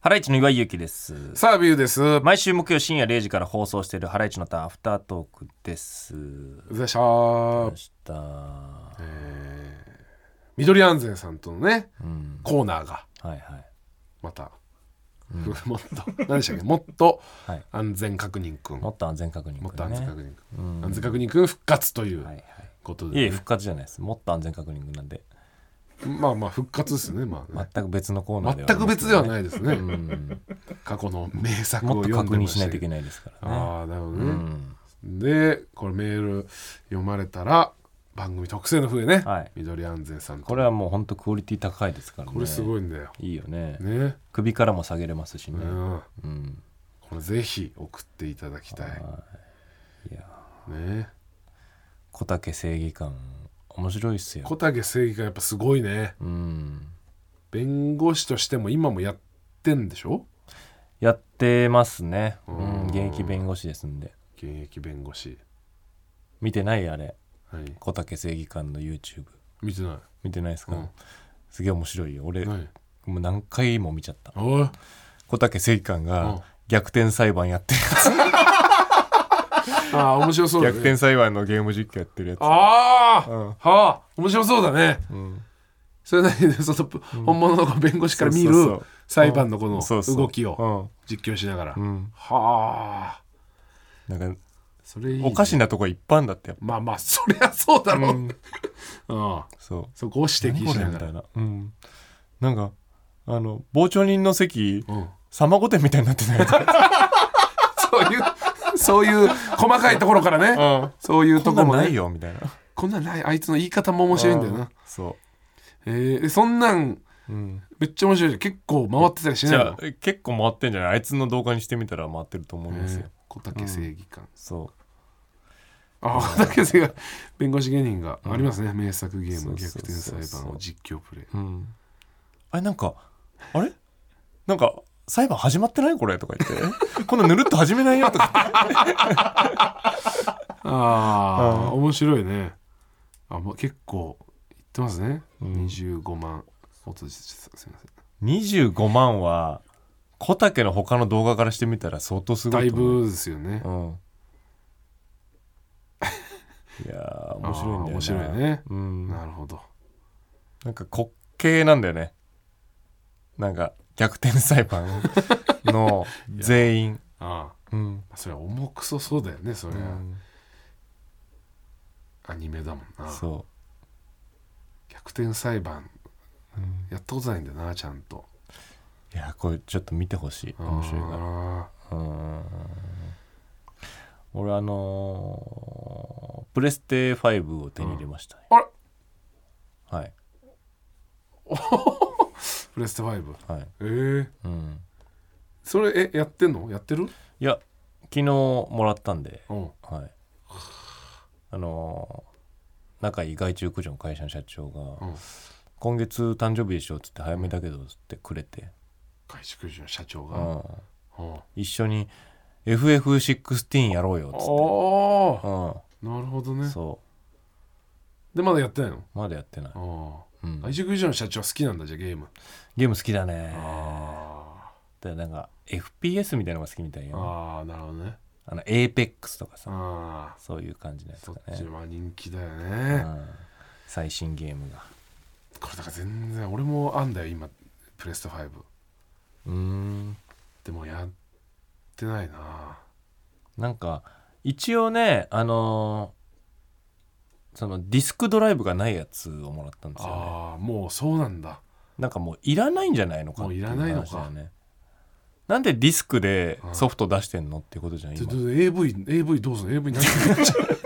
ハライチの岩井ゆきです。さあビューです。お毎週木曜深夜0時から放送しているハライチのターンアフタートークです。疲れ様でしたでした。緑安全さんとのね、うん。コーナーがはいはい。また、もっと 何でしたっけもっとはい安全確認くん、もっと安全確認、ね。もっと安全確認くん、うん安全確認くん復活というはいはい。こといえいで、え、復活じゃないです。もっと安全確認なんで。まあまあ復活ですね,、まあ、ね全く別のコーナーではあり全くます別けでどはね、ないですね、うん。過去の名作もをっと読ん確でま認したしないといけないないですからね。ああなるほどうね、ん。でこれメール読まれたら番組特製の笛ね、はい緑安全さんとこれはもう本当クオリティ高いですからね。これすい。ごいんだよいいよね。ね首からも下げれますしね。うんうん。これぜひ送っていただきたいいや。ね小竹正義感面白いっすよ小竹正義がやっぱすごいねうん弁護士としても今もやってんでしょやってますねううんん現役弁護士ですんで現役弁護士見てないあれはい小竹正義感の YouTube 見てな見てないですか、うんすげえ面白いよ俺いも何う何回も見ちゃったおい小竹正義感うんが逆転裁判やってるやつ、ああ面白そうだね逆転裁判のゲーム実況やってるやつああ、うんはあ面白そうだねうんそれなりにその本物の弁護士から見そるうそうそう裁判のこのそうそう動きを実況しながら、うん、うんはあなんかそれいいね、おかしなとこいっぱいあんだってやっまあまあそりゃそうだぱ、ろうう、んうん、そうそこを指摘何こしれなみがたらいな、うん、なんかあの傍聴人の席うんさま御殿みたいになってない そういう、そういう細かいところからね。うんそういうことんこなろんもないね。よみたいなこんなんない。あいつの言い方も面白いんだようんな。そえーでそんなん、う、うん、めっちゃ面白いじゃん。結構回ってたりしじないゃあの結構回ってんじゃないあいつの動画にしてみたら回ってると思いますよ、えー小竹正義感。そあ、小竹正義感。弁護士芸人がありますね。名作ゲーそム、うそう逆そう転裁判を実況プレイ。ううんあれなんかあれなんか裁判始まってないこれとか言って こんなぬるっと始めないよとか言ってああ、う面白いね。あ、もう結構いってますね。うん25万。おとじすいません。 25万は小竹の他の動画からしてみたら相当すごだいいと思うぶですよねう。んい やー面白いんだよあなー面白いねうん、なるほど。なんか滑稽なんだよねなんか逆転裁判 の全員ああ。うん、まあそれは重くそそうだよねそれは、アニメだもんうなんそ逆転裁判う、うんやったことないんだよなちゃんといやこれちょっと見てほしい面白いかあらうん俺あのープレステ5を手に入れましたね、うんあらはいープレステ5はいええうんそれえやってんのやってるいや昨日もらったんでうんはい。あのー仲いい外注駆除の会社の社長が、うん今月誕生日でしょっつって早めだけどっつってくれて、外資空の社長うが、ん、うんあ一緒に FF16 やろうよっつってあなるほどうん、ねそでまだやってないのうまだやってない、ああうん外資空の社長好きなんだじゃあゲームゲーム好きだねあでなんか FPS みたいなのが好きみたいーよあーなるほどねあの APEX とかさああそういう感じのやつそっだねち、は人気だようねん、最新ゲームがこれだから全然俺もあんだよ今プレステ5うーんでもやってないななんか一応ねあのーそのディスクドライブがないやつをもらったんですよねああもうそうなんだなんかもういらないんじゃないのかっていうもういらないのか話だよねなんでディスクでうんソフト出してんのっていうことじゃんちょ今っと AV, AV どうすんの ?AV 何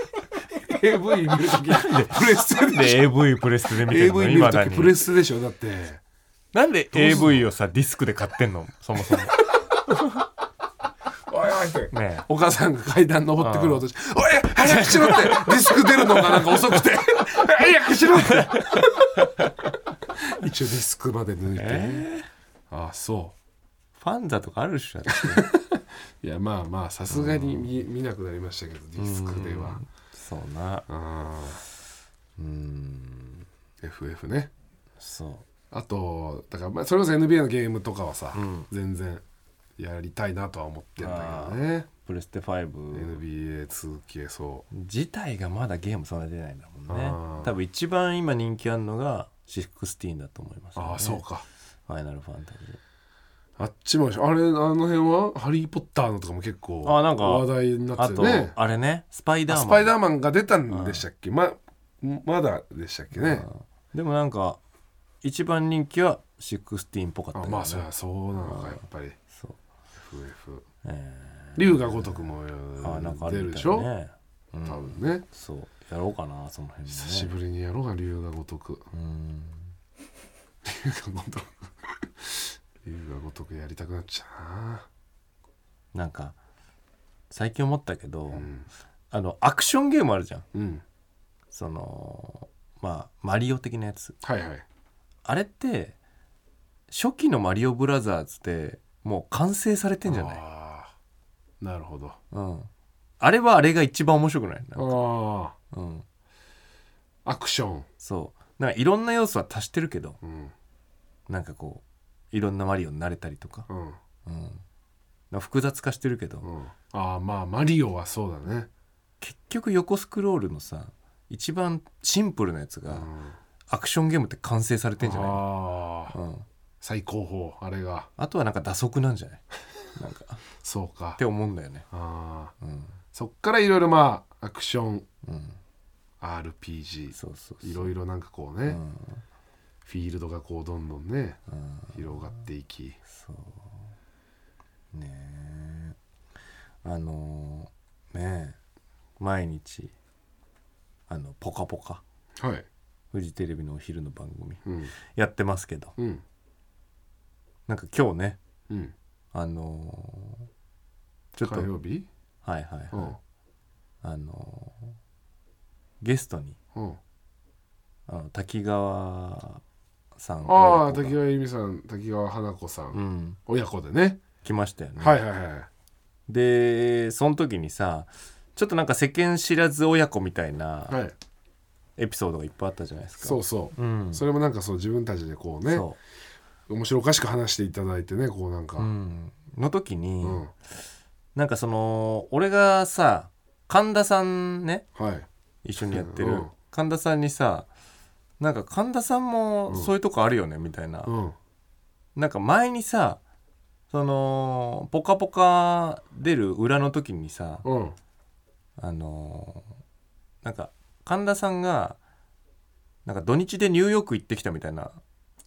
?AV 見るときプレステでしで AV プレステで見てるの AV 見る今だときにプレステでしょだってなんでどうすんの AV をさディスクで買ってんのそもそもおいおいってねえお母さんが階段登ってくる音し「おい早くしろ!」ってディスク出るのがなんか遅くて「早くしろ!」って一応ディスクまで抜いて、ああそファンザとかあるっしょだってういやまあまあさすがに見,、見なくなりましたけどディスクではそうなああうーん FF ねそうあとだからまあそれこそ NBA のゲームとかはさ、うん全然やりたいなとは思ってんだけどねプレステ5 NBA2K そう自体がまだゲームそんな出ないんだもんあねー多分一番今人気あるのが16だと思います、ね、ああそうかファイナルファンタジーあっちもあれあの辺は「ハリー・ポッター」のとかも結構あなんか話題になっあてと、たよねあれねスパイダーあマンスパイダーマンが出たんでしたっけ、ままだでしたっけね、うんでもなんか一番人気は16っぽかったあよねまあそりゃそうなのかやっぱりそう FF え龍が如くもーあなんかあ出るるみたでいしょ、ねう多ん、分ねそうやろうかなその辺もね久しぶりにやろうが龍が如くうん龍が如く龍が如くやりたくなっちゃなんか最近思ったけど、うなうん、あのアクションゲームあるじゃんうん、そのまあマリオ的なやつはいはいあれって初期のマリオブラザーズってもう完成されてんじゃないあーなるほどうんあれはあれが一番面白くないなんかあうんあアクション、そうなんかいろんな要素は足してるけどうんなんかこういろんなマリオになれたりとか,、うんうん、なんか複雑化してるけど、うん、ああまあマリオはそうだね、結局横スクロールのさ一番シンプルなやつうが、ん、アクションゲームって完成されてんじゃなあい、あうん、最高峰あれがあとはなんか打足なんじゃないなんかっそうかて思うんだよねあーうん、そっからいろいろまあアクションうん、 RPG そうそうそういろいろなんかこうね、フィールドがこうどんどんねうんうん、広がっていきそうねえあのーねえ毎日あの「ぽかぽかはい」フジテレビのお昼の番組うんやってますけどうんなんか今日ねうんあのーちょっと火曜日はいはいはい、うんあのーゲストにうんあの滝川さんあ親子があ滝川由美さん滝川花子さん、うん親子でね、来ましたよね、はいはいはいでその時にさちょっとなんか世間知らず親子みたいはないエピソードがいっぱいあったじゃないですかそうそう、うん、それもなんかそう自分たちでこうねそ面白おかしく話していただいてねこうなんか、う、うん、の時に、うんなんかその俺がさ神田さんねはい一緒にやってる、うん神田さんにさなんか神田さんもそういうとこあるよねみたいな、うんなんか前にさその「ぽかぽか」出る裏の時にさうんあのーなんか神田さんがなんか土日でニューヨーク行ってきたみたいな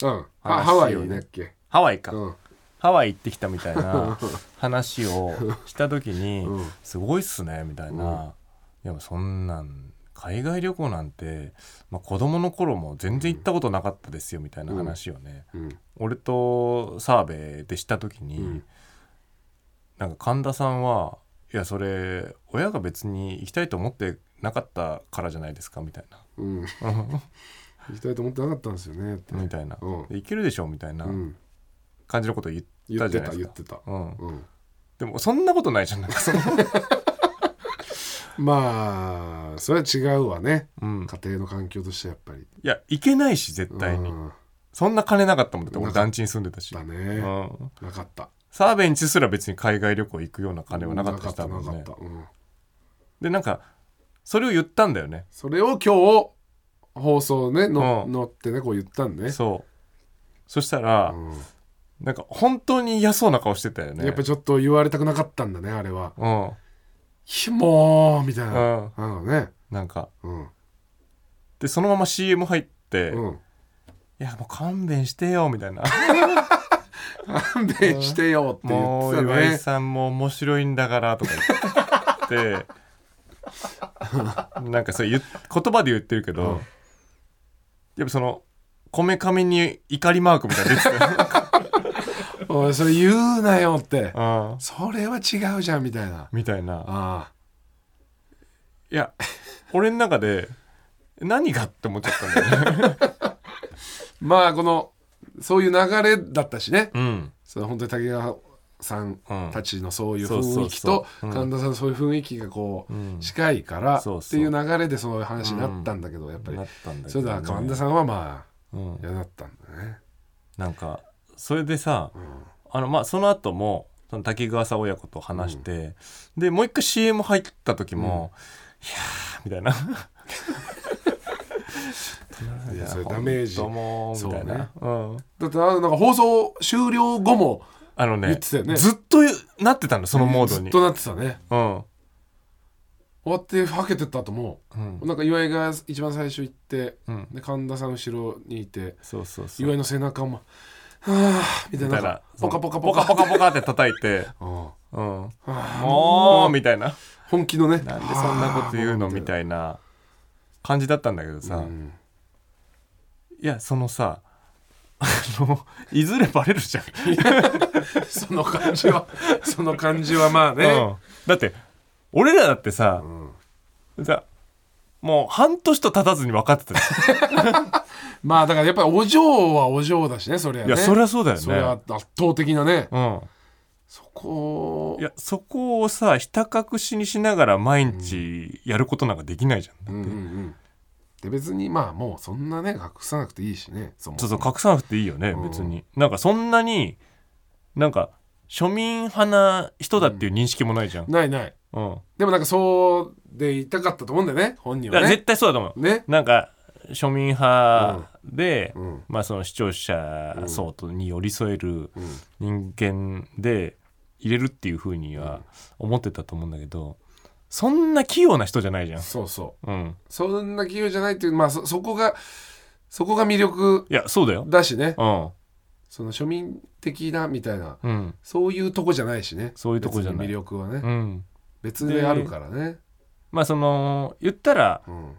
うん話あハワイをねだっけハワイか、うんハワイ行ってきたみたい な話をした時にうん「すごいっすね」みたいな「いやそんなん海外旅行なんて、まあ、子供の頃も全然行ったことなかったですよ」みたいな話をねうん俺と澤部でした時に、うんなんか神田さんは「いやそれ親が別に行きたいと思ってなかったからじゃないですか」みたいな うん行「きたいと思ってなかったんですよねってみたいなうん「で行けるでしょ」みたいなうん感じのこと言っ言たっじてゃなたいで言すっか。てたうん、うんでもそんなことないじゃんなん かその、まあそれは違うわねうん、家庭の環境としてやっぱりいや行けないし絶対に、うんそんな金なかったもんだってな俺かった団地に住んでたし、だうねん、なかったサーベンチすら別に海外旅行行くような金はなかったし多な分かっねたうんでなんかそれを言ったんだよねそれを今日放送ねのうん乗ってねこう言ったんでねそうそしたら、うなんか本当に嫌そうな顔してたよんねやっぱちょっと言われたくなかったんだねあれはうんひもーみたいなうんなのねなんかうんでそのまま CM 入って「いうんやもう勘弁してよ」みたい な勘弁してよ「って言もっうてた岩井ねさんも面白いんだから」とか言っ てなんかそれ言っ言葉で言ってるけど、うんやっぱそのこめかみに怒りマークみたいなの出てた よおいそれ言うなよってうんそれは違うじゃんみたいなみたいなあいや俺の中で何がって思っちゃったんだよね あまあこのそういう流れだったしねうんその本当に竹川さんうんたちのそういうそう雰そ囲う気そうとうん神田さんのそういう雰囲気がこうんう近いからそうっそてういう流れでその話になったんだけどやっぱりなったんだけどね、それだから神田さんはまうんあ嫌だったんだねなんかそれでさうんあのまあその後もその滝川さん親子と話して、でもう一回 CM 入った時も、いやーみたいな。いやそれダメージどうもーみたいな、うん、だってあのなんか放送終了後もあのね言ってたよねずっとなってたのそのモードずにっとなってたねうん終わってはけてった後もうんなんか岩井が一番最初行ってうんで神田さん後ろにいてそうそうそう岩井の背中も「はあ」みたいだなかなんらかポカポカポポカカポカポカって叩いてうんはうんあもうみたいな本気のねなんでそんなこと言うのみいたいな感じだったんだけどさ、うんいやそのさあのいずれバレるじゃん、 その感じはその感じはまあねうんだって俺らだってさう、んさもう半年と経たずに分かってたじゃんまあだからやっぱりお嬢はお嬢だしねそ れはねいやそりゃそうだよそれはね圧倒的なねうんそこをいやそこをさひた隠しにしながら毎日やることなんかできないじゃん、うんうんうんで別にまあもうそんなね隠さなくていいしねそもそうそそうも隠さなくていいよね、うん別になんかそんなになんか庶民派な人だっていう認識もないじゃん、ないないうんでもなんかそうでいたかったと思うんだよね本人だかはらね絶対そうだと思う、ねなんか庶民派で、うんまあ、その視聴者層とに寄り添えるうん人間で入れるっていうふうには思ってたと思うんだけどそんな器用な人じゃないじゃん。そうそううん、そんな企業じゃないっていうまあそそこがそこが魅力いやそうだよ。だしねうんその庶民的なみたいなうんそういうとこじゃないしねそういうとこじゃない別に魅力はねうん、別であるからねまあその言ったらうん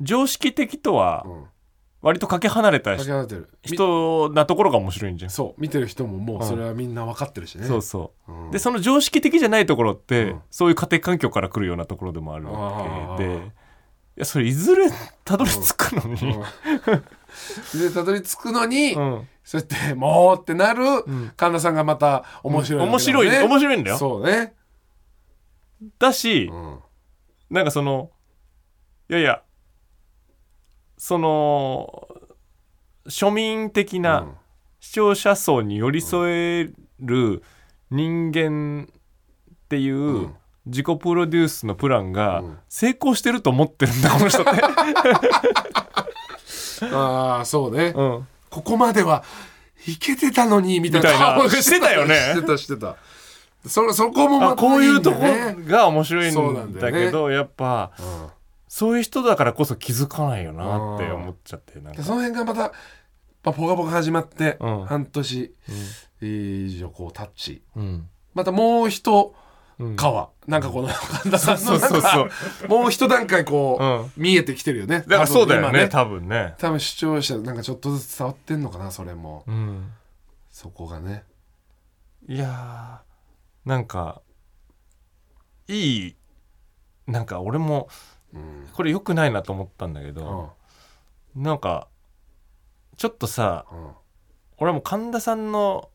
常識的とはうん割とかけ離れたかけ離れてるみ人なところが面白いんじゃん。そう見てる人ももううんそれはみんな分かってるしねそうそう、うんでその常識的じゃないところって、うんそういう家庭環境から来るようなところでもあるわけであいーやそれいずれたどり着くの に、うんでたどり着くのに、うんそうやって「もう!」ってなるん神田さんがまた面白いわけだね、面白い面白いんだよそうね、だし、うんなんかそのいやいやその庶民的うなん視聴者層に寄り添える人間っていう、うん自己プロデュースのプランがうん成功してると思ってるんだこの人って、ああそうね、うん、ここまではいけてたのにみたいなみたいな顔してたよねしてたしてたそそこもまあたこういうとこんだよねが面白いそうなんんだだよねけどやっぱうんそういう人だからこそ気づかないよなって思っちゃってなんでかその辺がまた、まあ、ポカポカ始まって、うん半年以上こうタッチうんまたもう一うんかは、なんかこの神田さんそのうな んそうそかうもう一段階こう、うん見えてきてるよねだからそうだよね多分多分今ね多分視聴者なんかちょっとずつ伝わってんのかなそれもうんそこがねいやーなんかいいなんか俺もうん、これ良くないなと思ったんだけうどんなんかちょっとさうん、俺はもう神田さんの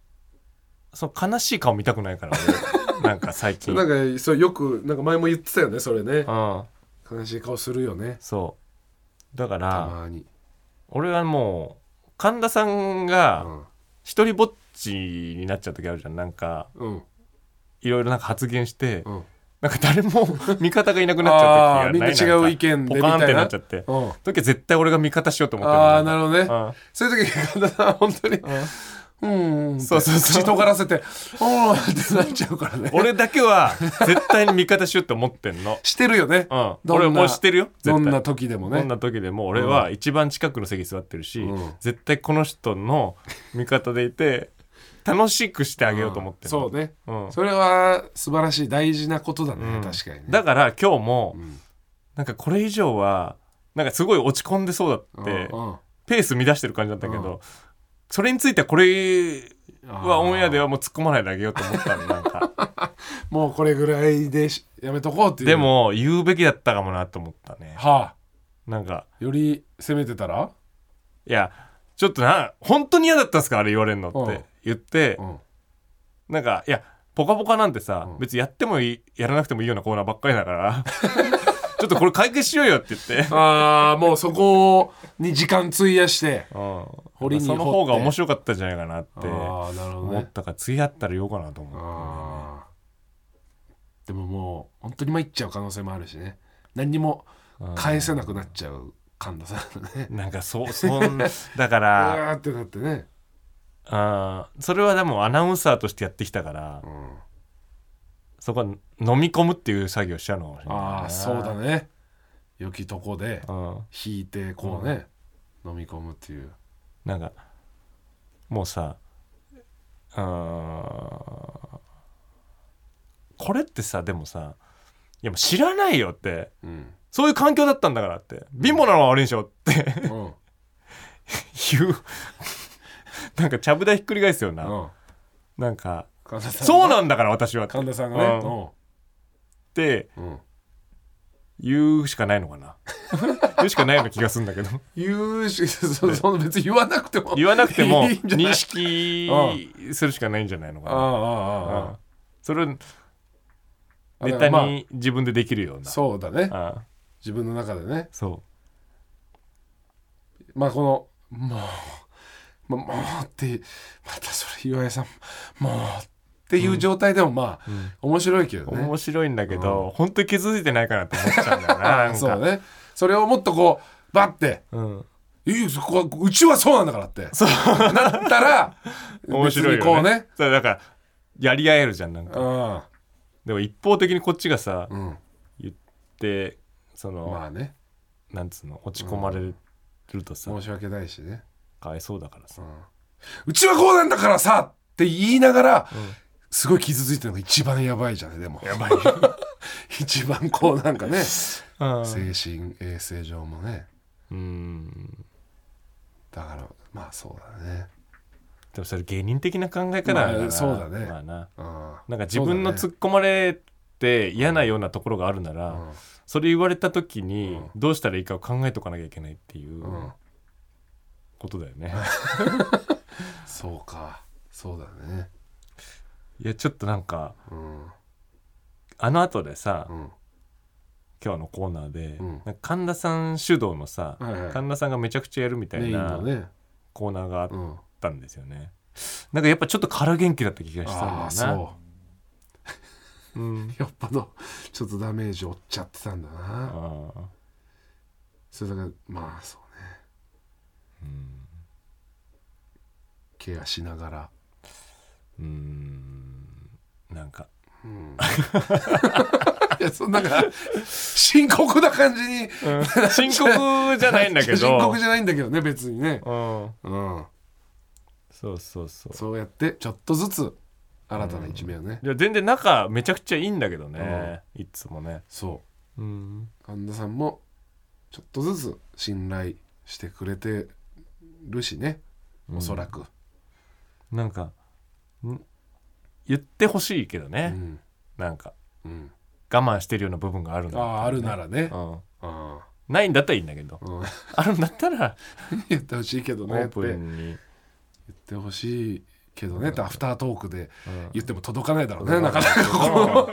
その悲しい顔見たくないから 俺なんか最近なんかそうよくなんか前も言ってたよねそれねうん悲しい顔するよねそうだかたらまに俺はもう神田さんが一人ぼっちになっちゃう時あるじゃんなんかうんうんいろいろなんか発言してうんなんか誰 も味方がいなくなっちゃう時がないあーみんな違う意見でポカーンっみたていななっちゃってうん時は絶対俺が味方しようと思ってああなるほどねどねそういう時神田さん本当にうんうんそうそうそう口尖らせておおってなっちゃうからね俺だけは絶対に味方しようって思ってんのしてるよねうんどんな俺もうしてるよ絶対どんな時でもこねんな時でも俺は一番近くの席座ってるし、うん絶対この人の味方でいて楽しくしてあげようと思ってる、そうねうんそれは素晴らしい大事なことだうね、ん確かにねだから今日もうんなんかこれ以上はなんかすごい落ち込んでそうだってうんうんペース乱してる感じだったけど、うそれについてはこれあーはオンエアではもう突っ込まないであげようと思ったのなんかもうこれぐらいでしやめとこうっていうでも言うべきだったかもなと思ったねはあなんかより攻めてたらいやちょっとな本当に嫌だったんですかあれ言われるのっうんて言って、うんなんかいや「ぽかぽか」なんてさ、うん別にやってもいいやらなくてもいいようなコーナーばっかりだから ょっとこれ解決しようよって言ってああもうそこに時間費やして掘掘りに掘ってその方が面白かったんじゃないかなっあてーなるほどね思ったから次あったら言おうかなと思うあーでももう本当に参っちゃう可能性もあるしね何にも返せなくなっちゃう神田さんのねなんかそうそん だかうらわーってなってね、あーそれはでもアナウンサーとしてやってきたからうん、そこは飲み込むっていう作業しちゃうのかもしれないなああそうだね良きとこでうん引いてこうね、飲み込むっていうなんかもうさうーんこれってさでもさいやもう知らないよってうん、そういう環境だったんだからって貧乏なのは悪いんでしょって うん ういんうなんかちゃぶ台ひっくり返すような、なんか神田さんがそうなんだから私はっ神田さんがねてうん、うん、言うしかないのかな言うしかないような気がするんだけど言うし そその別に言わなくても言わなくてもいいんじゃない認識するしかないんじゃないのかああなあああうんあそれをあネタまあに自分でできるようなそうだねああ自分の中でねそまあこの「もう」まもう」ってまたそれ岩井さん「もう」っていう状態でもまあ、面白いけどう、ね面白いんだけど、本当に気づいてないかなって思っちゃうんだよなな んかそうねそれをもっとこうバッてうん、 「いいそこはうちはそうなんだから」ってなったら 面白い別にこようねねそうだからやり合えるじゃんなんかうんでも一方的にこっちがさ、うん言ってその、まあねなんつうの落ち込まれるとさ、申し訳ないしねかわいそうだからさ、うちはこうなんだからさって言いながら、すごい傷ついてるのが一番やばいじゃんねでもやばい 一番こうなんかね精神衛生上もねうんだからまあそうだねでもそれ芸人的な考え方だから、まあそうだねまあなうんなんか自分の突っ込まれて嫌なようなところがあるなら、うんそれ言われた時にどうしたらいいかを考えとかなきゃいけないっていううんことだよね、 そうかそうだねいやちょっとなんかうんあの後でさ、うん今日のコーナーで、うんなんか神田さん主導のさ、はいはい神田さんがめちゃくちゃやるみたメいインなのねコーナーがあっうんたんですよね、なんかやっぱちょっと空元気だった気がしたんだよあな、あそうんう、よっぽどちょっとダメージ負っちゃってたんだあなーそれだからまあそうねケアしながらうーんなんか いやそんなんか深刻な感じに 深刻じゃないんだけど 深刻じゃないんだけどね別にね、うん、うん、そうそうそうそうやってちょっとずつ新たな一面をね、いや全然仲めちゃくちゃいいんだけどね、いつもねそうんう神田さんもちょっとずつ信頼してくれてるしねおそらく、なんかん言ってほしいけどうね、んなんかうん我慢してるような部分があるんあだああるならね、うん、あないんだったらいいんだけど あうんあるんだったら 言ってほしいけどオねっーてプ言っンにてほしいけどねってアフタートークでうん言っても届かないだろうね、なかなかこあの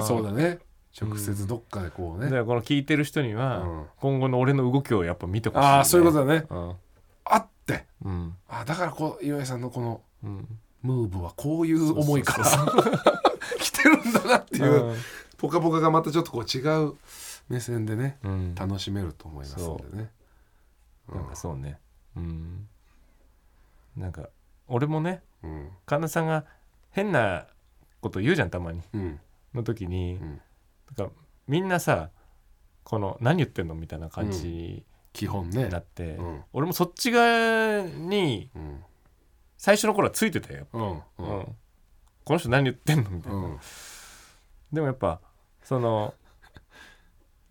ーそうだね直接どっかでこうね、だからこの聞いてる人には、うん今後の俺の動きをやっぱ見てほしい、ああそういうことだねとあってうんうんあだからこう岩井さんのこのうんムーブはこういう思いからさ 来てるんだなっていう、うんポカポカがまたちょっとこう違う目線でねうん楽しめると思いますんでねなんかそうねうんなんか俺もねうん神田さんが変なこと言うじゃんたまにうんの時に、んなんかみんなさこの何言ってんのみたいな感じに基本ねなって、うん俺もそっち側にうん最初の頃はついてたよ、うんううんんこの人何言ってんのみたいな、うんでもやっぱその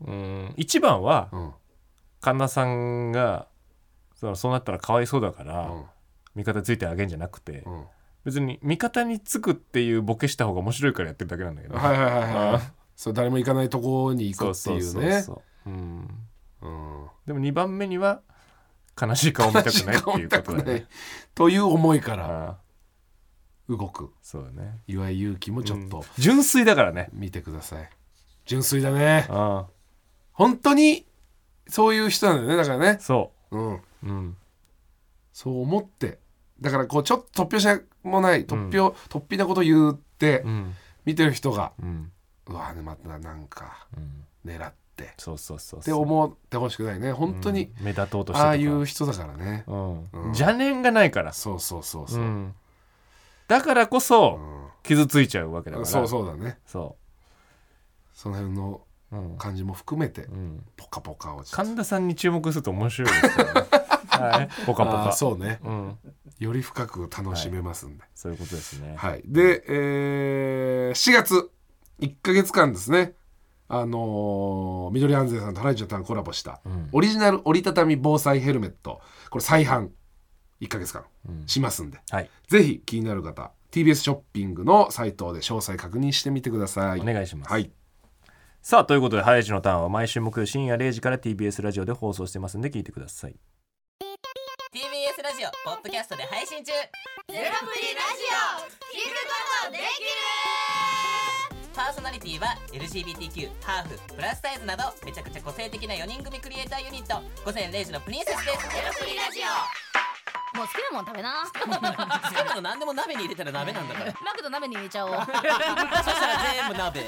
うん一番はうん神田さんがそのそうなったらかわいそうだから、うん味方ついてあげんじゃなくて、うん別に味方につくっていうボケした方が面白いからやってるだけなんだけど、はいはいはいはあいそう誰も行かないとこに行そくうってそうそいううねそう、うん、うんでも2番目には悲しい顔見たくないっていうことだ悲しねくないという思いからああ動くそうだね岩井勇気もちょっうんと純粋だからね見てください純粋だねああ本当にそういう人なんだよねだからね、そうん、う、うん、そう思ってだからこうちょっと突拍子もない突拍、突飛なこと言って、うん、見てる人がうん、うわねまたなんかうん、狙ってっそうそうそうそう。て思ってほしくないね本当に、うん目立とうとしてとかああいう、人だからね、うんうん邪念がないから。そうそうそううそう、うんんだからこそ傷ついちゃうわけだから。そううそうだねそその辺のう。うん、感じも含めてうん、ポカポカをちょっと神田さんに注目すると面白いです からね。はい、ポカポあーカ。そうねうん、より深く楽しめますんで、そういうことですね。はいで、えー4月1か月間ですねあのー緑安全さんとハライチのターンコラボしたうん、オリジナル折りたたみ防災ヘルメットこれ再販1か月間うんしますんで、はい、ぜひ気になる方 TBS ショッピングのサイトで詳細確認してみてくださいお願いします。はいさあということで「ハライチのターン」は毎週木曜深夜0時から TBS ラジオで放送してますんで聞いてください TBS ラジオポッドキャストで配信中ゼロプリラジオ聞くことできるパーソナリティは LGBTQ ハーフプラスサイズなどめちゃくちゃ個性的な4人組クリエイターユニット午前0時のプリンセスですゼロプリラジもう好きなもん食べなオ好きなの何でも鍋に入れたら鍋なんだから マクド鍋に入れちゃおうそしたら全部鍋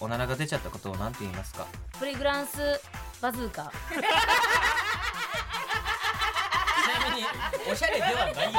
おならが出ちゃったことを何て言いますか プリグランスバズーカちなみにおしゃれではないよゼロプリラジ